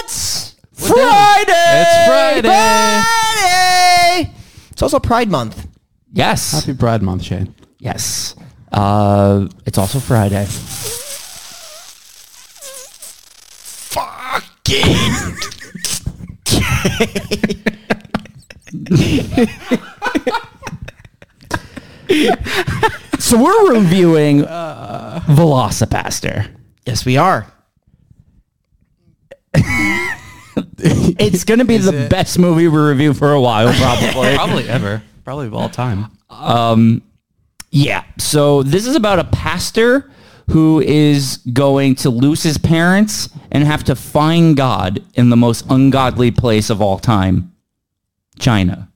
It's day? Friday. It's Friday. Friday. It's also Pride Month. Yes. Happy Pride Month, Shane. Yes. Uh, it's also Friday. Fucking. So we're reviewing uh, Velocipaster. yes, we are. It's going to be the best movie we review for a while, probably. Probably ever. Probably of all time. yeah. So this is about a pastor who is going to lose his parents and have to find God in the most ungodly place of all time, China.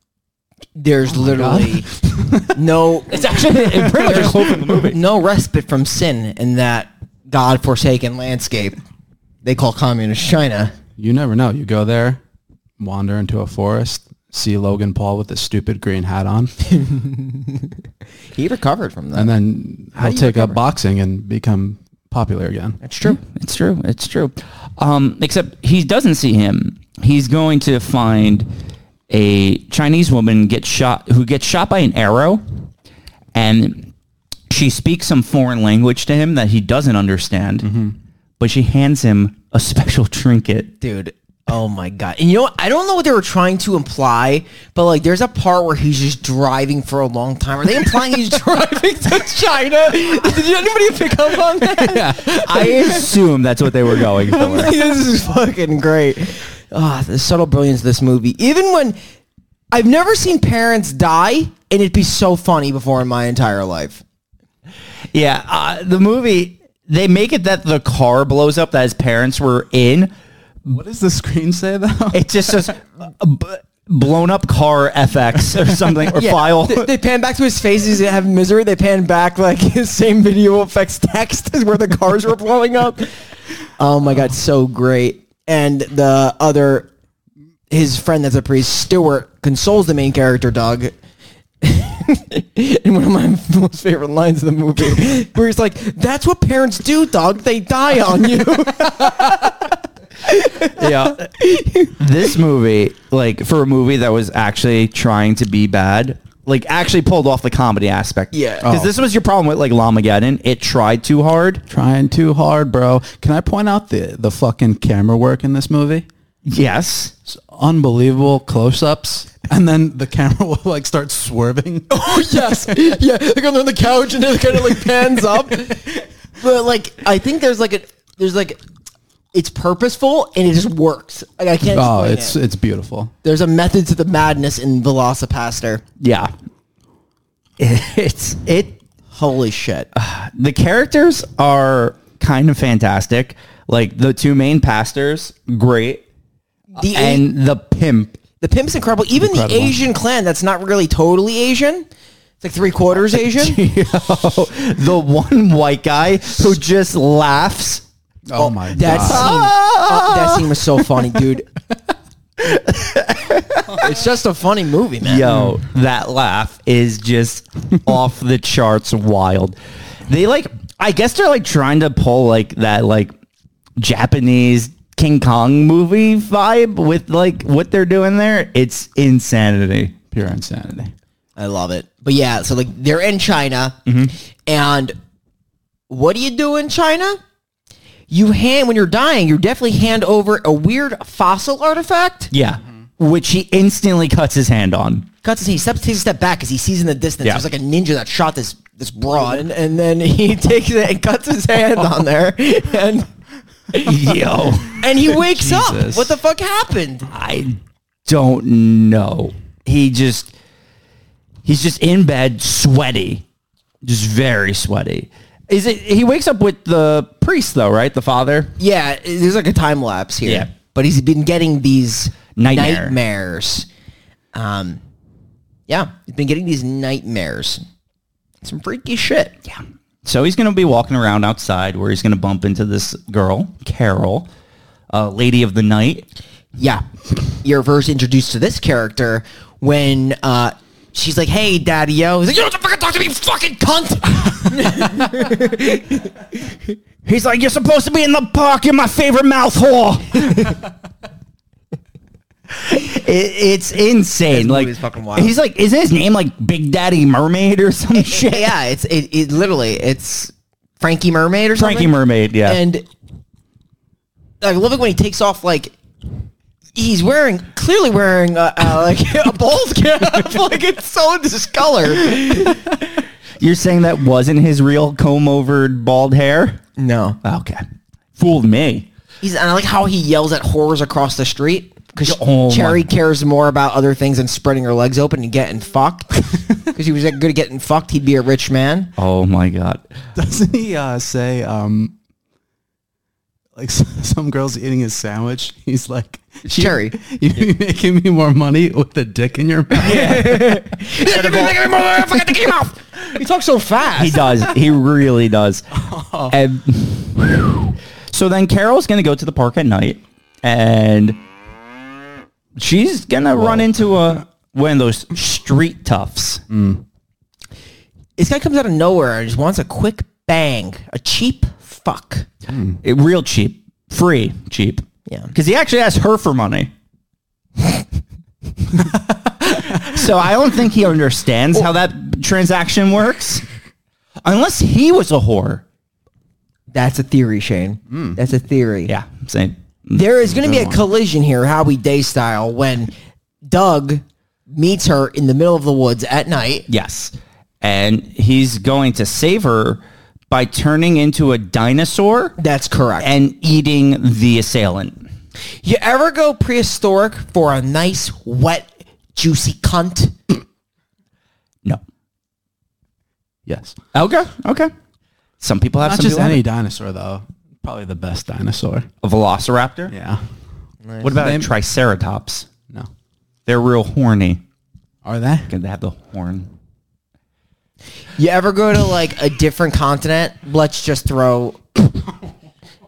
There's literally no It's actually pretty much a quote from the movie. no respite from sin in that god-forsaken landscape they call communist China. You never know. You go there, wander into a forest, see Logan Paul with a stupid green hat on, He recovered from that. and then he'll take up boxing and become popular again. That's true. It's true. It's true. Um, except he doesn't see him. He's going to find a Chinese woman get shot who gets shot by an arrow, and she speaks some foreign language to him that he doesn't understand. But she hands him a special trinket. Dude, oh my god. And you know what? I don't know what they were trying to imply, but like there's a part where he's just driving for a long time. Are they implying he's driving to China? Did anybody pick up on that? I assume that's what they were going for. this is fucking great. Ah, the subtle brilliance of this movie. Even when I've never seen parents die, and it'd be so funny before in my entire life. Yeah, uh, the movie they make it that the car blows up that his parents were in. What does the screen say though? It just says uh, b- blown up car FX or something or Yeah, file. They, they pan back to his face. He's having misery. They pan back like his same video effects text is where the cars were blowing up. Oh my god, so great! And the other, his friend that's a priest, Stuart, consoles the main character Doug. In one of my most favorite lines of the movie, where he's like, "That's what parents do, Doug. They die on you." yeah. this movie, like for a movie that was actually trying to be bad, like actually pulled off the comedy aspect. Yeah. Because Oh. this was your problem with like Lamageddon. It tried too hard. Trying too hard, bro. Can I point out the the fucking camera work in this movie? Yes. It's unbelievable close-ups, and then the camera will like start swerving. Oh yes, yeah. Like on the couch and it kind of like pans up. But like, I think there's like a there's like it's purposeful and it just works. Like I can't. Oh, explain it's it. it's beautiful. there's a method to the madness in Velocipaster. Yeah. It's it Holy shit! the characters are kind of fantastic. Like the two main pastors, great. The A- And the pimp. the pimp's incredible. Even the Incredible. Asian clan that's not really totally Asian. It's like three quarters Asian. the one white guy who just laughs Oh, my That scene, god! oh, that scene was so funny, dude. it's just a funny movie, man. Yo, that laugh is just off the charts wild. They like I guess they're like trying to pull like that like Japanese King Kong movie vibe with like what they're doing there. It's insanity. Pure insanity. I love it. But yeah, so like they're in China, and what do you do in China? You hand when you're dying, you definitely hand over a weird fossil artifact. Yeah. Which he instantly cuts his hand on. Cuts his he steps takes a step back because he sees in the distance Yeah. there's like a ninja that shot this this broad, and, and then he takes it and cuts his hand on there, and Yo. and he wakes up. Jesus. What the fuck happened? I don't know. He just he's just in bed, sweaty, just very sweaty. Is it? He wakes up with the priest though, right? The father. Yeah, i- there's like a time lapse here. Yeah. But he's been getting these Nightmare. nightmares. Um yeah, he's been getting these nightmares. Some freaky shit. Yeah. So he's gonna be walking around outside where he's gonna bump into this girl, Carol, uh, lady of the night. Yeah. You're first introduced to this character when uh She's like, "Hey, daddy, yo." He's like, "You don't have to fucking talk to me, you fucking cunt." He's like, "You're supposed to be in the park. You're my favorite mouth whore." It, it's insane. This like movie's fucking wild. he's like, isn't his name like Big Daddy Mermaid or some shit? yeah, it's it, it literally it's Frankie Mermaid or something. Frankie Mermaid. Yeah. and I love it when he takes off like he's wearing clearly wearing uh, uh, like a bowls cap like it's so discolored You're saying that wasn't his real comb overed bald hair? no Okay. Fooled me. he's and I like how he yells at whores across the street because Oh my- Cherry cares more about other things than spreading her legs open and getting fucked because he was that good at getting fucked he'd be a rich man Oh my god. Doesn't he uh, say um, like s- some girl's eating his sandwich? He's like, "You- Cherry. you be making me more money with a dick in your mouth." he talks so fast He does. he really does. And- so then Carol's gonna go to the park at night and she's gonna run into a one of those street toughs. this guy comes out of nowhere and just wants a quick bang a cheap fuck It, real cheap. Free cheap. Yeah. Because he actually asked her for money. so I don't think he understands how that transaction works. Unless he was a whore. that's a theory Shane that's a theory Yeah. Same. There is going to be a collision here, Howie Day style, when Doug meets her in the middle of the woods at night. Yes. And he's going to save her by turning into a dinosaur That's correct. And and eating the assailant. you ever go prehistoric for a nice, wet, juicy cunt? No. Yes. Okay. Okay. Some people have Not some just people have any it. dinosaur though. Probably the best dinosaur. a velociraptor. Yeah. What about a Name- triceratops? No. They're real horny. Are they? Can they have the horn? You ever go to like a different continent? Let's just throw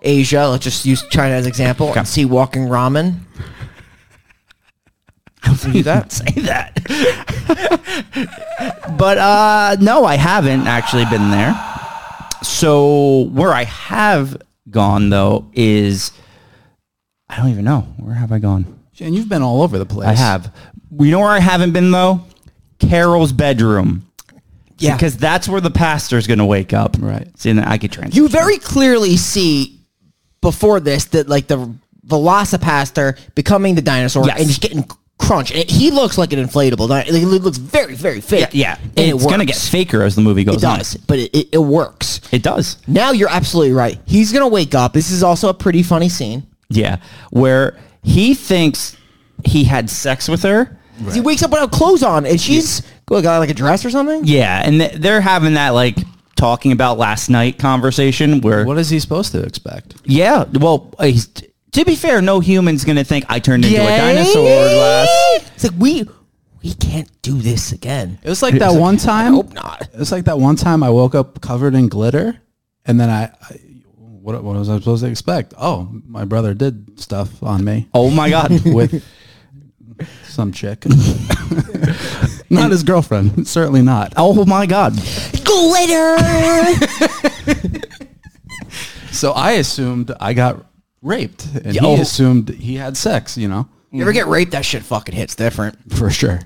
Asia. Let's just use China as example Okay. and see walking ramen. Do that? Say that. but uh, no, I haven't actually been there. So where I have gone though is I don't even know where have I gone. And you've been all over the place. I have. You know where I haven't been though? Carol's bedroom. Yeah. Because that's where the pastor's going to wake up. Right. See, and I could translate. You very clearly see before this that like the Velocipaster becoming the dinosaur Yes. and just getting crunched. And he looks like an inflatable. di- Like, he looks very, very yeah, fake. yeah. and it it's going to get works. faker as the movie goes It on. does, but it, it, it works. It does. Now you're absolutely right. He's gonna wake up. This is also a pretty funny scene. Yeah, where he thinks he had sex with her. He wakes up without clothes on, and she's got like a dress or something. Yeah, and th- they're having that like talking about last night conversation where What is he supposed to expect? yeah, well, uh, he's, to be fair, no human's gonna think I turned into a dinosaur Yay! last. It's like we we can't do this again. It was like that one time. hope not. It was like that one time I woke up covered in glitter, and then I, I what, what was I supposed to expect? Oh, my brother did stuff on me Oh my god, with some chick. not his girlfriend, certainly not. oh my god, Glitter. So I assumed I got raped, and Yo. he assumed he had sex. You know, You ever get raped? That shit fucking hits different. for sure.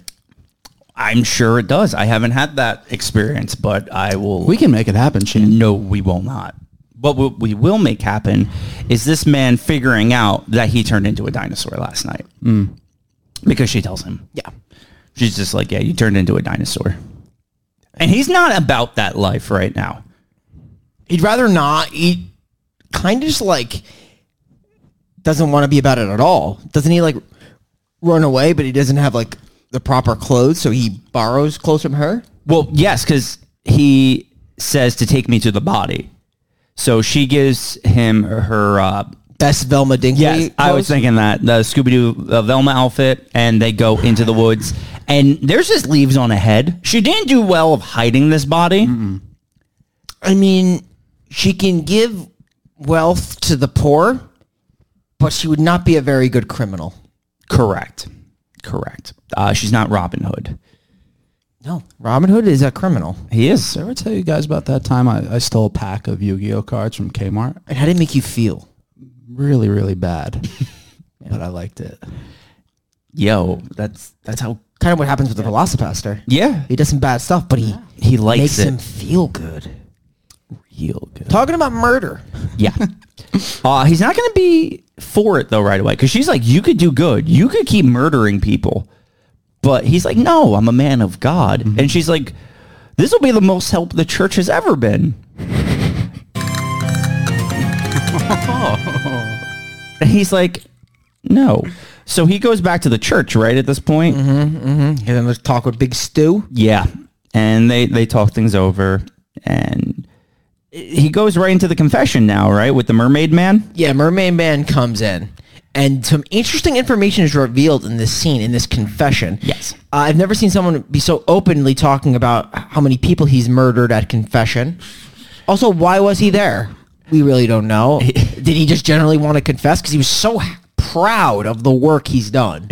I'm sure it does. I haven't had that experience, but I will. We can make it happen, Shane. no, we will not. What we- we will make happen is this man figuring out that he turned into a dinosaur last night because she tells him. Yeah. She's just like, yeah, you turned into a dinosaur. And he's not about that life right now. He'd rather not. He kind of just like doesn't want to be about it at all. Doesn't he like run away? But he doesn't have like the proper clothes, so he borrows clothes from her. Well, yes, because he says to take me to the body. So she gives him her. Uh, Best Velma Dinkley. yes, I was clothes. thinking that the Scooby Doo uh, Velma outfit, and they go into the woods, and there's just leaves on a head. She didn't do well of hiding this body. I mean, she can give wealth to the poor, but she would not be a very good criminal. Correct. Correct. Uh, she's not Robin Hood. No, Robin Hood is a criminal. He is. Did I ever tell you guys about that time I, I stole a pack of Yu-Gi-Oh cards from Kmart? And how did it make you feel? Really, really bad, but I liked it. Yo, that's That's how kind of what happens with the Velocipaster. yeah. He does some bad stuff, but he He likes makes it. him feel good. Real good. Talking about murder. Yeah. Uh, he's not going to be for it though right away because she's like, you could do good, you could keep murdering people, but he's like, no, I'm a man of God, and she's like, this will be the most help the church has ever been. and he's like, no. So he goes back to the church right at this point. And then let's talk with Big Stu. Yeah, and they they talk things over, and he goes right into the confession now, right, with the mermaid man. Yeah, Mermaid Man comes in. And some interesting information is revealed in this scene, in this confession. Yes. Uh, I've never seen someone be so openly talking about how many people he's murdered at confession. Also, why was he there? We really don't know. Did he just generally want to confess? Because he was so h- proud of the work he's done.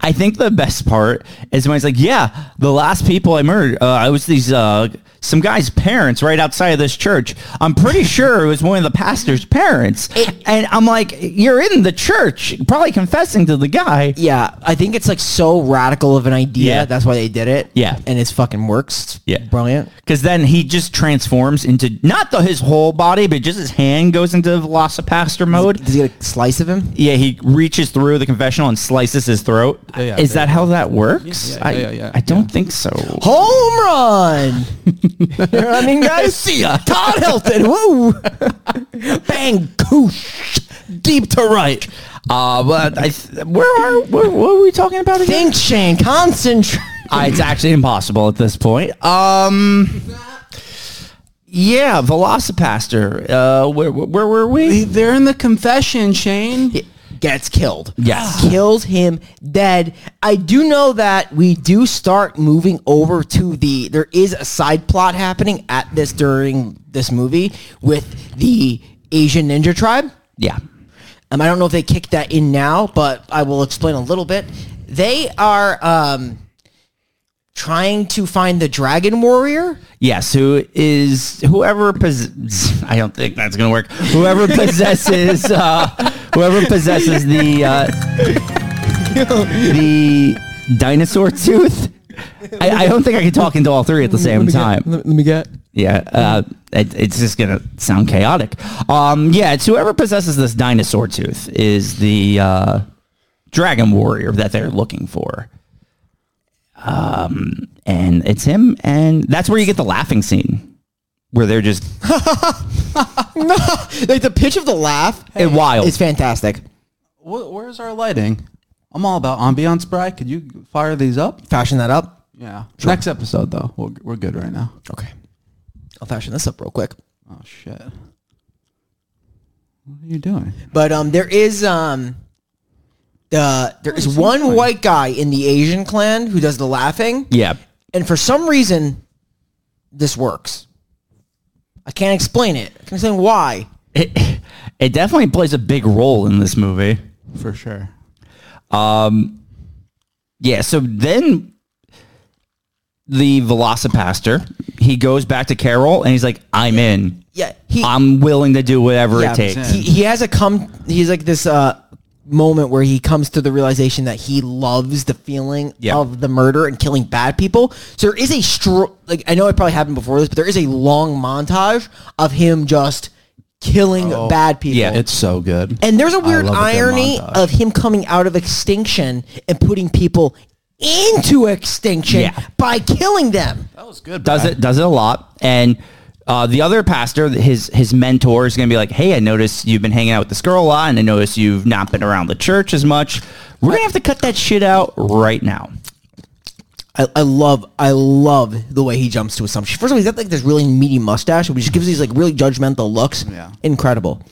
I think the best part is when he's like, "Yeah, the last people I murdered, uh, I was these uh, some guy's parents right outside of this church. I'm pretty sure it was one of the pastor's parents." and I'm like, "You're in the church, probably confessing to the guy." Yeah, I think it's like so radical of an idea. Yeah. That's why they did it. Yeah. And it's fucking works. It's Yeah. Brilliant. Because then he just transforms into not the, his whole body, but just his hand goes into Velocipaster mode. Does he get a slice of him? Yeah, he reaches through the confessional and slices his throat. Yeah, yeah, Is yeah. that how that works? Yeah, yeah, I, yeah, yeah, I don't think so. Home run! you know what I mean, guys? See ya. Todd Hilton. Woo! Bang, goosh. Deep to right. Uh, but I th- where are where, what were we talking about again? Think chain. Concentrate. Uh, it's actually impossible at this point. Um, yeah, Velocipaster. Uh, where, where, where were we? They're in the confession, Shane. Gets killed. Yes. Kills him dead. I do know that we do start moving over to the. There is a side plot happening at this during this movie with the Asian Ninja Tribe. Yeah, Um, I don't know if they kicked that in now, but I will explain a little bit. They are um, trying to find the Dragon Warrior. yes. Who is whoever? Pos- I don't think that's gonna work. Whoever possesses, uh, whoever possesses the uh, the dinosaur tooth. I, I don't think I can talk into all three at the same time. Let, me get. Yeah, uh, it, it's just gonna sound chaotic. Um, yeah, it's whoever possesses this dinosaur tooth is the uh, dragon warrior that they're looking for. Um, and it's him, and that's where you get the laughing scene, where they're just Like the pitch of the laugh Hey. eh, Wild. is fantastic. where's our lighting? I'm all about ambiance, Bry. Could you fire these up? Fashion that up. Yeah. Next episode, though. We're, we're good right now. Okay. I'll fashion this up real quick. Oh, shit. What are you doing? But um, there is um, uh, there Oh, is one white guy in the Asian clan who does the laughing, yeah, and for some reason, this works. I can't explain it. I can't explain why. it, it definitely plays a big role in this movie. For sure. Yeah, so then the Velocipaster he goes back to Carol and he's like, "I'm in. Yeah, he- I'm willing to do whatever Yeah, it takes." He, he has a come. He's like this uh, moment where he comes to the realization that he loves the feeling Yeah. of the murder and killing bad people. So there is a str- like I know it probably happened before this, but there is a long montage of him just killing bad people. Oh. Yeah, It's so good. and there's a I weird love a good irony montage. of him coming out of extinction and putting people into extinction Yeah. by killing them. That was good. does it does it a lot and uh, the other pastor his his mentor is going to be like hey i noticed you've been hanging out with this girl a lot and i noticed you've not been around the church as much we're going to have to cut that shit out right now I, I love I love the way he jumps to assumptions. First of all, he's got like this really meaty mustache, which gives these like really judgmental looks. Yeah. Incredible.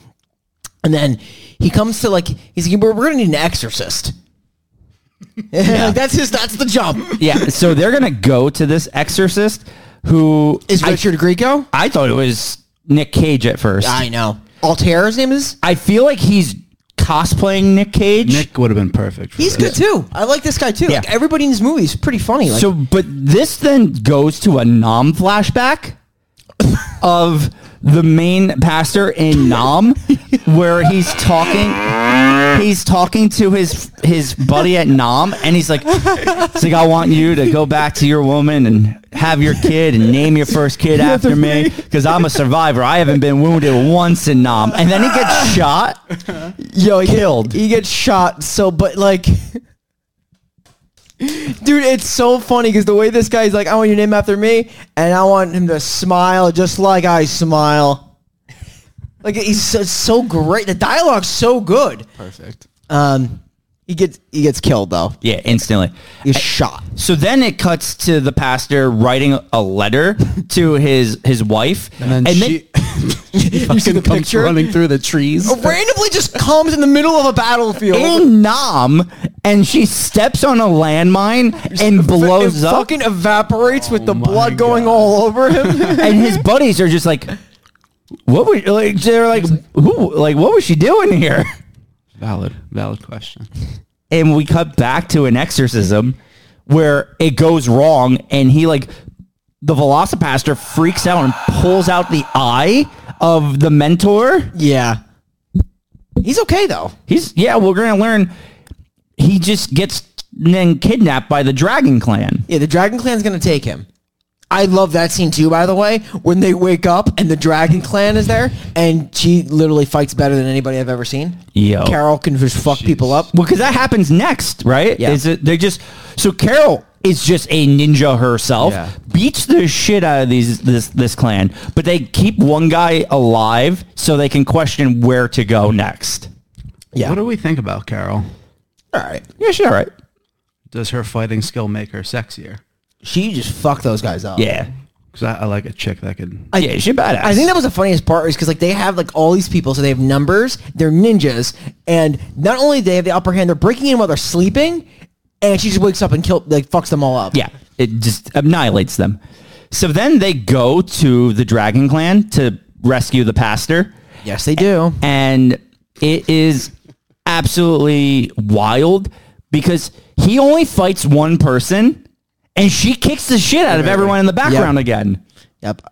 And then he comes to like he's like, we're, we're gonna need an exorcist. Like, that's his that's the jump. yeah so they're going to go to this exorcist who Is I, Richard Grieco? I thought it was nick cage at first I know. Altair's name is I feel like he's cosplaying Nick Cage. Nick would have been perfect. For He's this. good too. I like this guy too. Yeah. Like everybody in this movie is pretty funny. Like so, but this then goes to a Nam flashback of the main pastor in Nam, where he's talking, he's talking to his his buddy at Nam, and he's like, "It's like I want you to go back to your woman and have your kid and name your first kid after me because I'm a survivor. I haven't been wounded once in Nam." And then he gets shot. yo, he get- killed. he gets shot. So, but like, dude, it's so funny because the way this guy is like, I want your name after me, and I want him to smile just like I smile. Like he's so, so great. The dialogue's so good. Perfect. Um, he gets he gets killed though. Yeah, instantly. He's shot. So then it cuts to the pastor writing a letter to his his wife, And then she, You see the comes picture? running through the trees. Oh, randomly just comes in the middle of a battlefield. in Nam, and she steps on a landmine and blows it up, Oh fucking evaporates with the my blood going God. all over him. and his buddies are just like, "What were like?" They're like, "Who? Like, what was she doing here?" Valid, valid question. And we cut back to an exorcism where it goes wrong, and he like the Velocipaster freaks out and pulls out the eye of the mentor. yeah. He's okay though. He's yeah. We're gonna learn. He just gets then kidnapped by the Dragon Clan. Yeah, the Dragon Clan's gonna take him. I love that scene too, by the way, when they wake up and the Dragon Clan is there, and she literally fights better than anybody I've ever seen. Yo. Carol can just fuck people up. Well, because that happens next, right? Yeah. Is it, they just so Carol is just a ninja herself. Yeah. Beats the shit out of these this this clan, but they keep one guy alive so they can question where to go next. Yeah. What do we think about Carol? All right, Yeah, sure, all right. Does her fighting skill make her sexier? she just fucked those guys up. Yeah, Because I, I like a chick that could. I, yeah, she's badass. I think that was the funniest part is because like they have like all these people, so they have numbers, they're ninjas, and not only they have the upper hand, they're breaking in while they're sleeping, and she just wakes up and kill like fucks them all up. Yeah, it just annihilates them. So then they go to the Dragon Clan to rescue the pastor. Yes, they do. and it is absolutely wild because he only fights one person and she kicks the shit out of everyone in the background again Yep.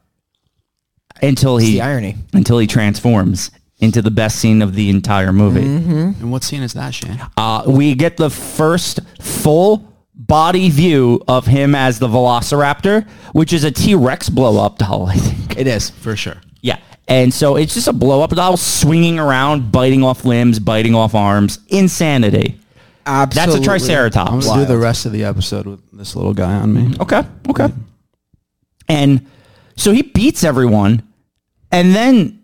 until he The irony. until he transforms into the best scene of the entire movie. Mm-hmm. And what scene is that, Shane? Uh, we get the first full body view of him as the Velociraptor, which is a T-Rex blow up doll, I think. It is. For sure. Yeah. And so it's just a blow up doll swinging around, biting off limbs, biting off arms. Insanity. That's Absolutely. a I'm Triceratops. gonna do the rest of the episode with this little guy on me. Okay. Mm-hmm. Okay. And so he beats everyone. And then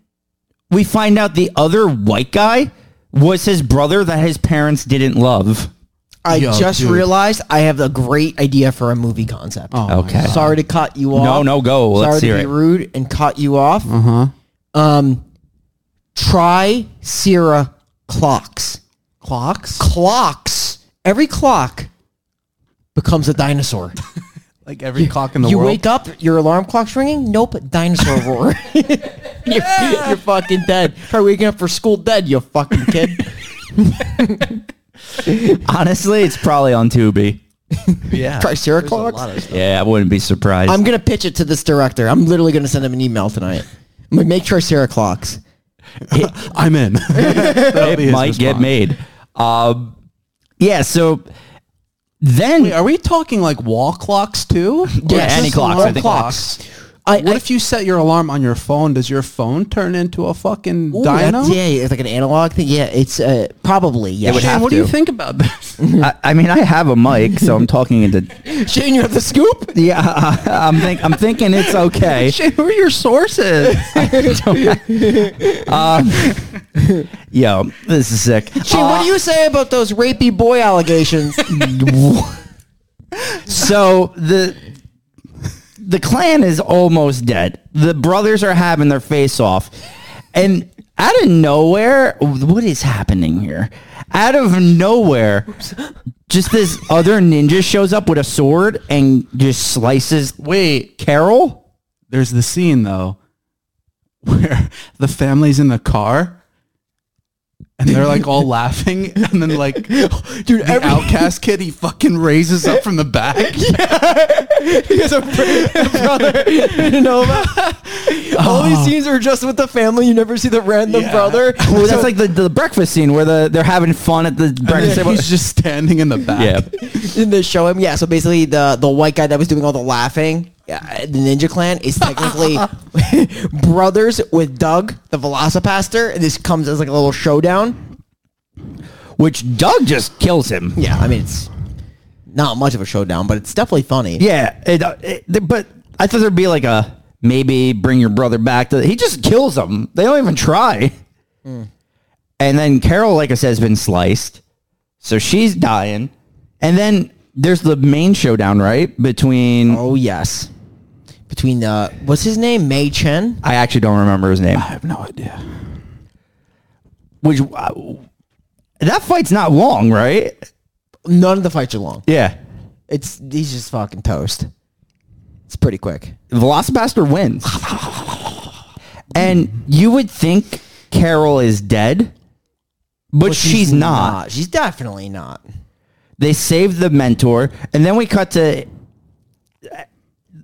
we find out the other white guy was his brother that his parents didn't love. I Yo, just dude. realized I have a great idea for a movie concept. Oh, Okay. Sorry to cut you off. No, no, go. Sorry Let's to hear be it. rude and cut you off. Uh huh. Um, try Sierra clocks. Clocks. Clocks. Every clock becomes a dinosaur. Like every clock in the you world. wake up, your alarm clock's ringing. Nope, dinosaur roar. you're, you're fucking dead. Try waking up for school dead. You fucking kid. Honestly, it's probably on Tubi. yeah. Try Sierra There's a lot clocks. of stuff. Yeah, I wouldn't be surprised. I'm gonna pitch it to this director. I'm literally gonna send him an email tonight. I'm gonna make sure Sarah clocks. I'm in. it might get made. Um, yeah, so then Are we talking like wall clocks too? Yeah, any clocks, I think. Clocks. I, What I- if you set your alarm on your phone? Does your phone turn into a fucking Ooh, dino? that's- Yeah, it's like an analog thing. Yeah, it's uh, probably yeah. would Shane, have what do you to. think about this? I, I mean, I have a mic, so I'm talking into. Shane, you have the scoop. Yeah, I'm think I'm thinking it's okay. Shane, who are your sources? Yo, this is sick. Uh, Shane, what do you say about those rapey boy allegations? So the the clan is almost dead. The brothers are having their face off, and out of nowhere, what is happening here? Out of nowhere, just this other ninja shows up with a sword and just slices. Wait, Carol. There's the scene though where the family's in the car and they're like all laughing, and then like Dude, the every, outcast kid he fucking raises up from the back. he has a br- brother you know about. All these scenes are just with the family. You never see the random Yeah. brother. Well, So- that's like the, the breakfast scene where the they're having fun at the breakfast And table. he's just standing in the back. Yeah. in the show him yeah so basically the the white guy that was doing all the laughing yeah, the ninja clan is technically brothers with doug the velocipaster and this comes as like a little showdown Which Doug just kills him. yeah i mean it's not much of a showdown but it's definitely funny Yeah, it, uh, it, th- but I thought there'd be like a maybe bring your brother back. To, he just kills them. They don't even try. Hmm. And then Carol, like I said, has been sliced, so she's dying. And then there's the main showdown, right? Between oh yes between uh what's his name may chen I actually don't remember his name. I have no idea. Which uh, that fight's not long, right? none of the fights are long Yeah, it's he's just fucking toast it's pretty quick Velocipaster wins. And you would think Carol is dead, but, But she's, not. she's definitely not They saved the mentor, and then we cut to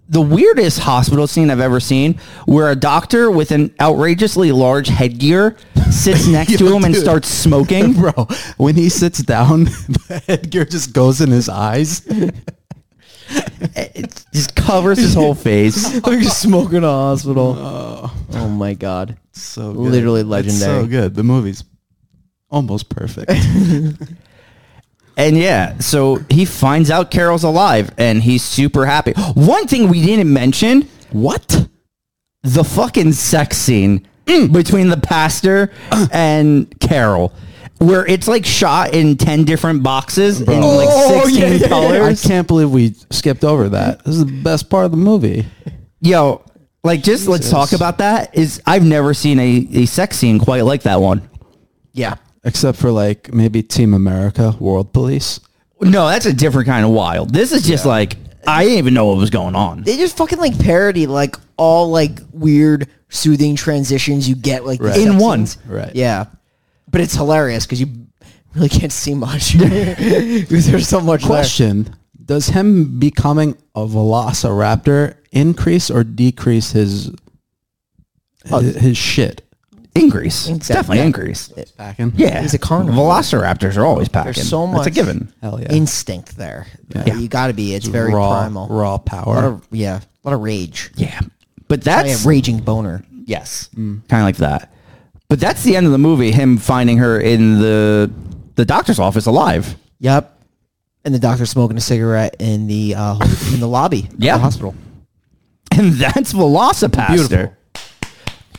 the weirdest hospital scene I've ever seen, where a doctor with an outrageously large headgear sits next to Yo, him and dude. starts smoking. Bro, when he sits down, the headgear just goes in his eyes. It just covers his whole face. They're just smoking a hospital. oh my god. So good. Literally It's legendary. so good. The movie's almost perfect. And yeah, so he finds out Carol's alive, and he's super happy. One thing we didn't mention. what? the fucking sex scene Mm. between the pastor Uh. and Carol, where it's like shot in ten different boxes in like Oh, sixteen yeah, yeah, yeah. I colors. can't believe we skipped over that. This is the best part of the movie. Yo, like just let's talk about that. Is I've never seen a, a sex scene quite like that one. Yeah. Except for like maybe Team America, World Police. No, that's a different kind of wild. This is just like I didn't even know what was going on. They just fucking like parody like all like weird soothing transitions you get like the Right. sex In one. scenes. Right. Yeah. But it's hilarious because you really can't see much. 'Cause There's so much there. Question Does him becoming a velociraptor increase or decrease his Oh. his, his shit? Increase, It's definitely Exactly. Yeah. increase. Packing? Yeah, He's a carnivore. Velociraptors are always packing. There's so much That's a given. Hell yeah. instinct there. Yeah. You gotta be. It's very raw, primal. Raw A lot power. of, yeah. A lot of rage. Yeah, but I that's have raging boner. Yes, kind of like that. But that's the end of the movie. Him finding her in the the doctor's office alive. Yep. And the doctor smoking a cigarette in the uh, in the lobby. of Yeah. The hospital. And that's Velocipaster. Beautiful.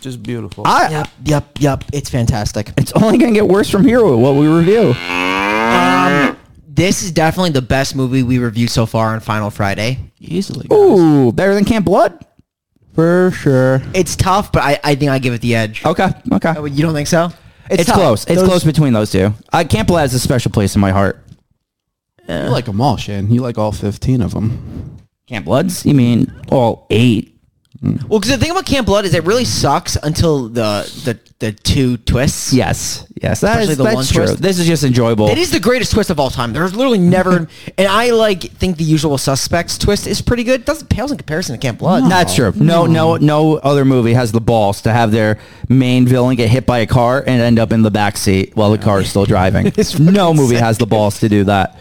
Just beautiful. I, Yep, yep, yep. It's fantastic. It's only going to get worse from here with what we review. This is definitely the best movie we reviewed so far on Final Friday. Easily. Ooh, better than Camp Blood? For sure. It's tough, but I, I think I give it the edge. Okay, okay. Oh, You don't think so? It's, tough. close. It's Those- close between those two. Uh, Camp Blood has a special place in my heart. You like them all, Shane. You like all 15 of them. Camp Bloods? You mean all eight? Well, because the thing about Camp Blood is it really sucks until the the, the two twists. Yes, yes. That Especially is, the that's one true. twist. This is just enjoyable. It is the greatest twist of all time. There's literally never, and I like think the Usual Suspects twist is pretty good. Doesn't pales in comparison to Camp Blood. That's Oh. true. No, no, Hmm. no other movie has the balls to have their main villain get hit by a car and end up in the back seat while the car is still driving. no movie has the balls to do that.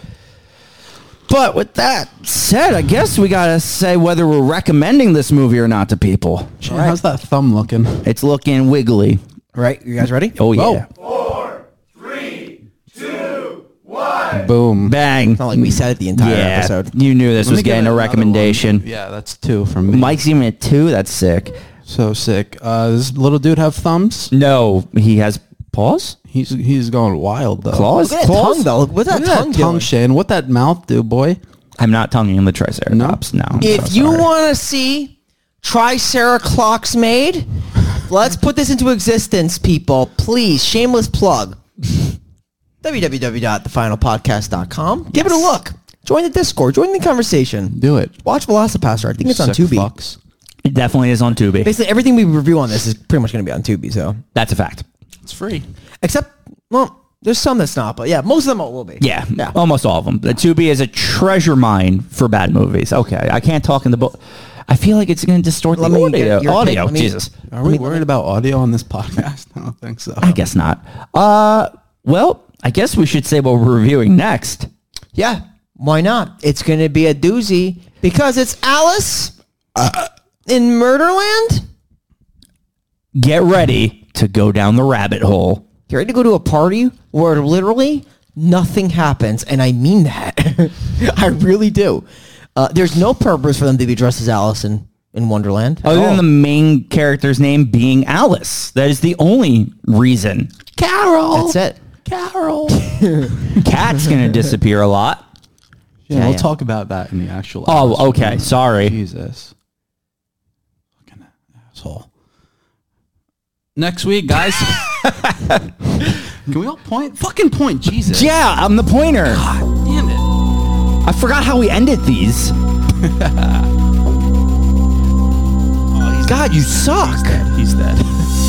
But with that said, I guess we gotta say whether we're recommending this movie or not to people. Shane, how's that thumb looking? It's looking wiggly. Right? You guys ready? Oh yeah, Boom. bang! Not like we said it the entire Yeah, episode. you knew this was me get getting a another recommendation. Yeah, that's two from me. Mike's even at two. That's sick. So sick. Uh, does little dude have thumbs? No, he has paws, He's he's going wild though. claws, Look at that claws. tongue though. Look what that Look at tongue, that tongue, doing. Shane. What that mouth do, boy? I'm not tonguing the triceratops. No. I'm If so you sorry. want to see Triceraclops made, let's put this into existence, people. Please, shameless plug. www.thefinalpodcast.com. Give it a look. Join the Discord. Join the conversation. Do it. Watch Velocipaster. I think it's on Sick Tubi. fucks. It definitely is on Tubi. Basically, everything we review on this is pretty much going to be on Tubi. So, That's a fact. It's free. except Well, there's some that's not, but yeah, most of them will be. Yeah, almost all of them. The 2B is a treasure mine for bad movies. Okay, I can't talk in the book. I feel like it's going to distort Let the me audio. get your audio, take. Let me- Jesus. Are we worried about audio on this podcast? I don't think so. I guess not. Uh, well, I guess we should say what we're reviewing next. Yeah, why not? It's going to be a doozy because it's Alice Uh, in Murderland. Get ready to go down the rabbit hole. Get ready to go to a party where literally nothing happens, and I mean that. I really do. Uh, there's no purpose for them to be dressed as Alice in, in Wonderland. at Other than all. the main character's name being Alice, that is the only reason. Carol. that's it. Carol. Cat's going to disappear a lot. Yeah, Yeah, we'll yeah. talk about that in the actual. Oh, episode. okay. Sorry. Jesus. Fucking asshole. Next week, guys. Can we all point? Fucking point, Jesus. Yeah, I'm the pointer. Damn it. I forgot how we ended these. God, you suck. Oh, He's dead.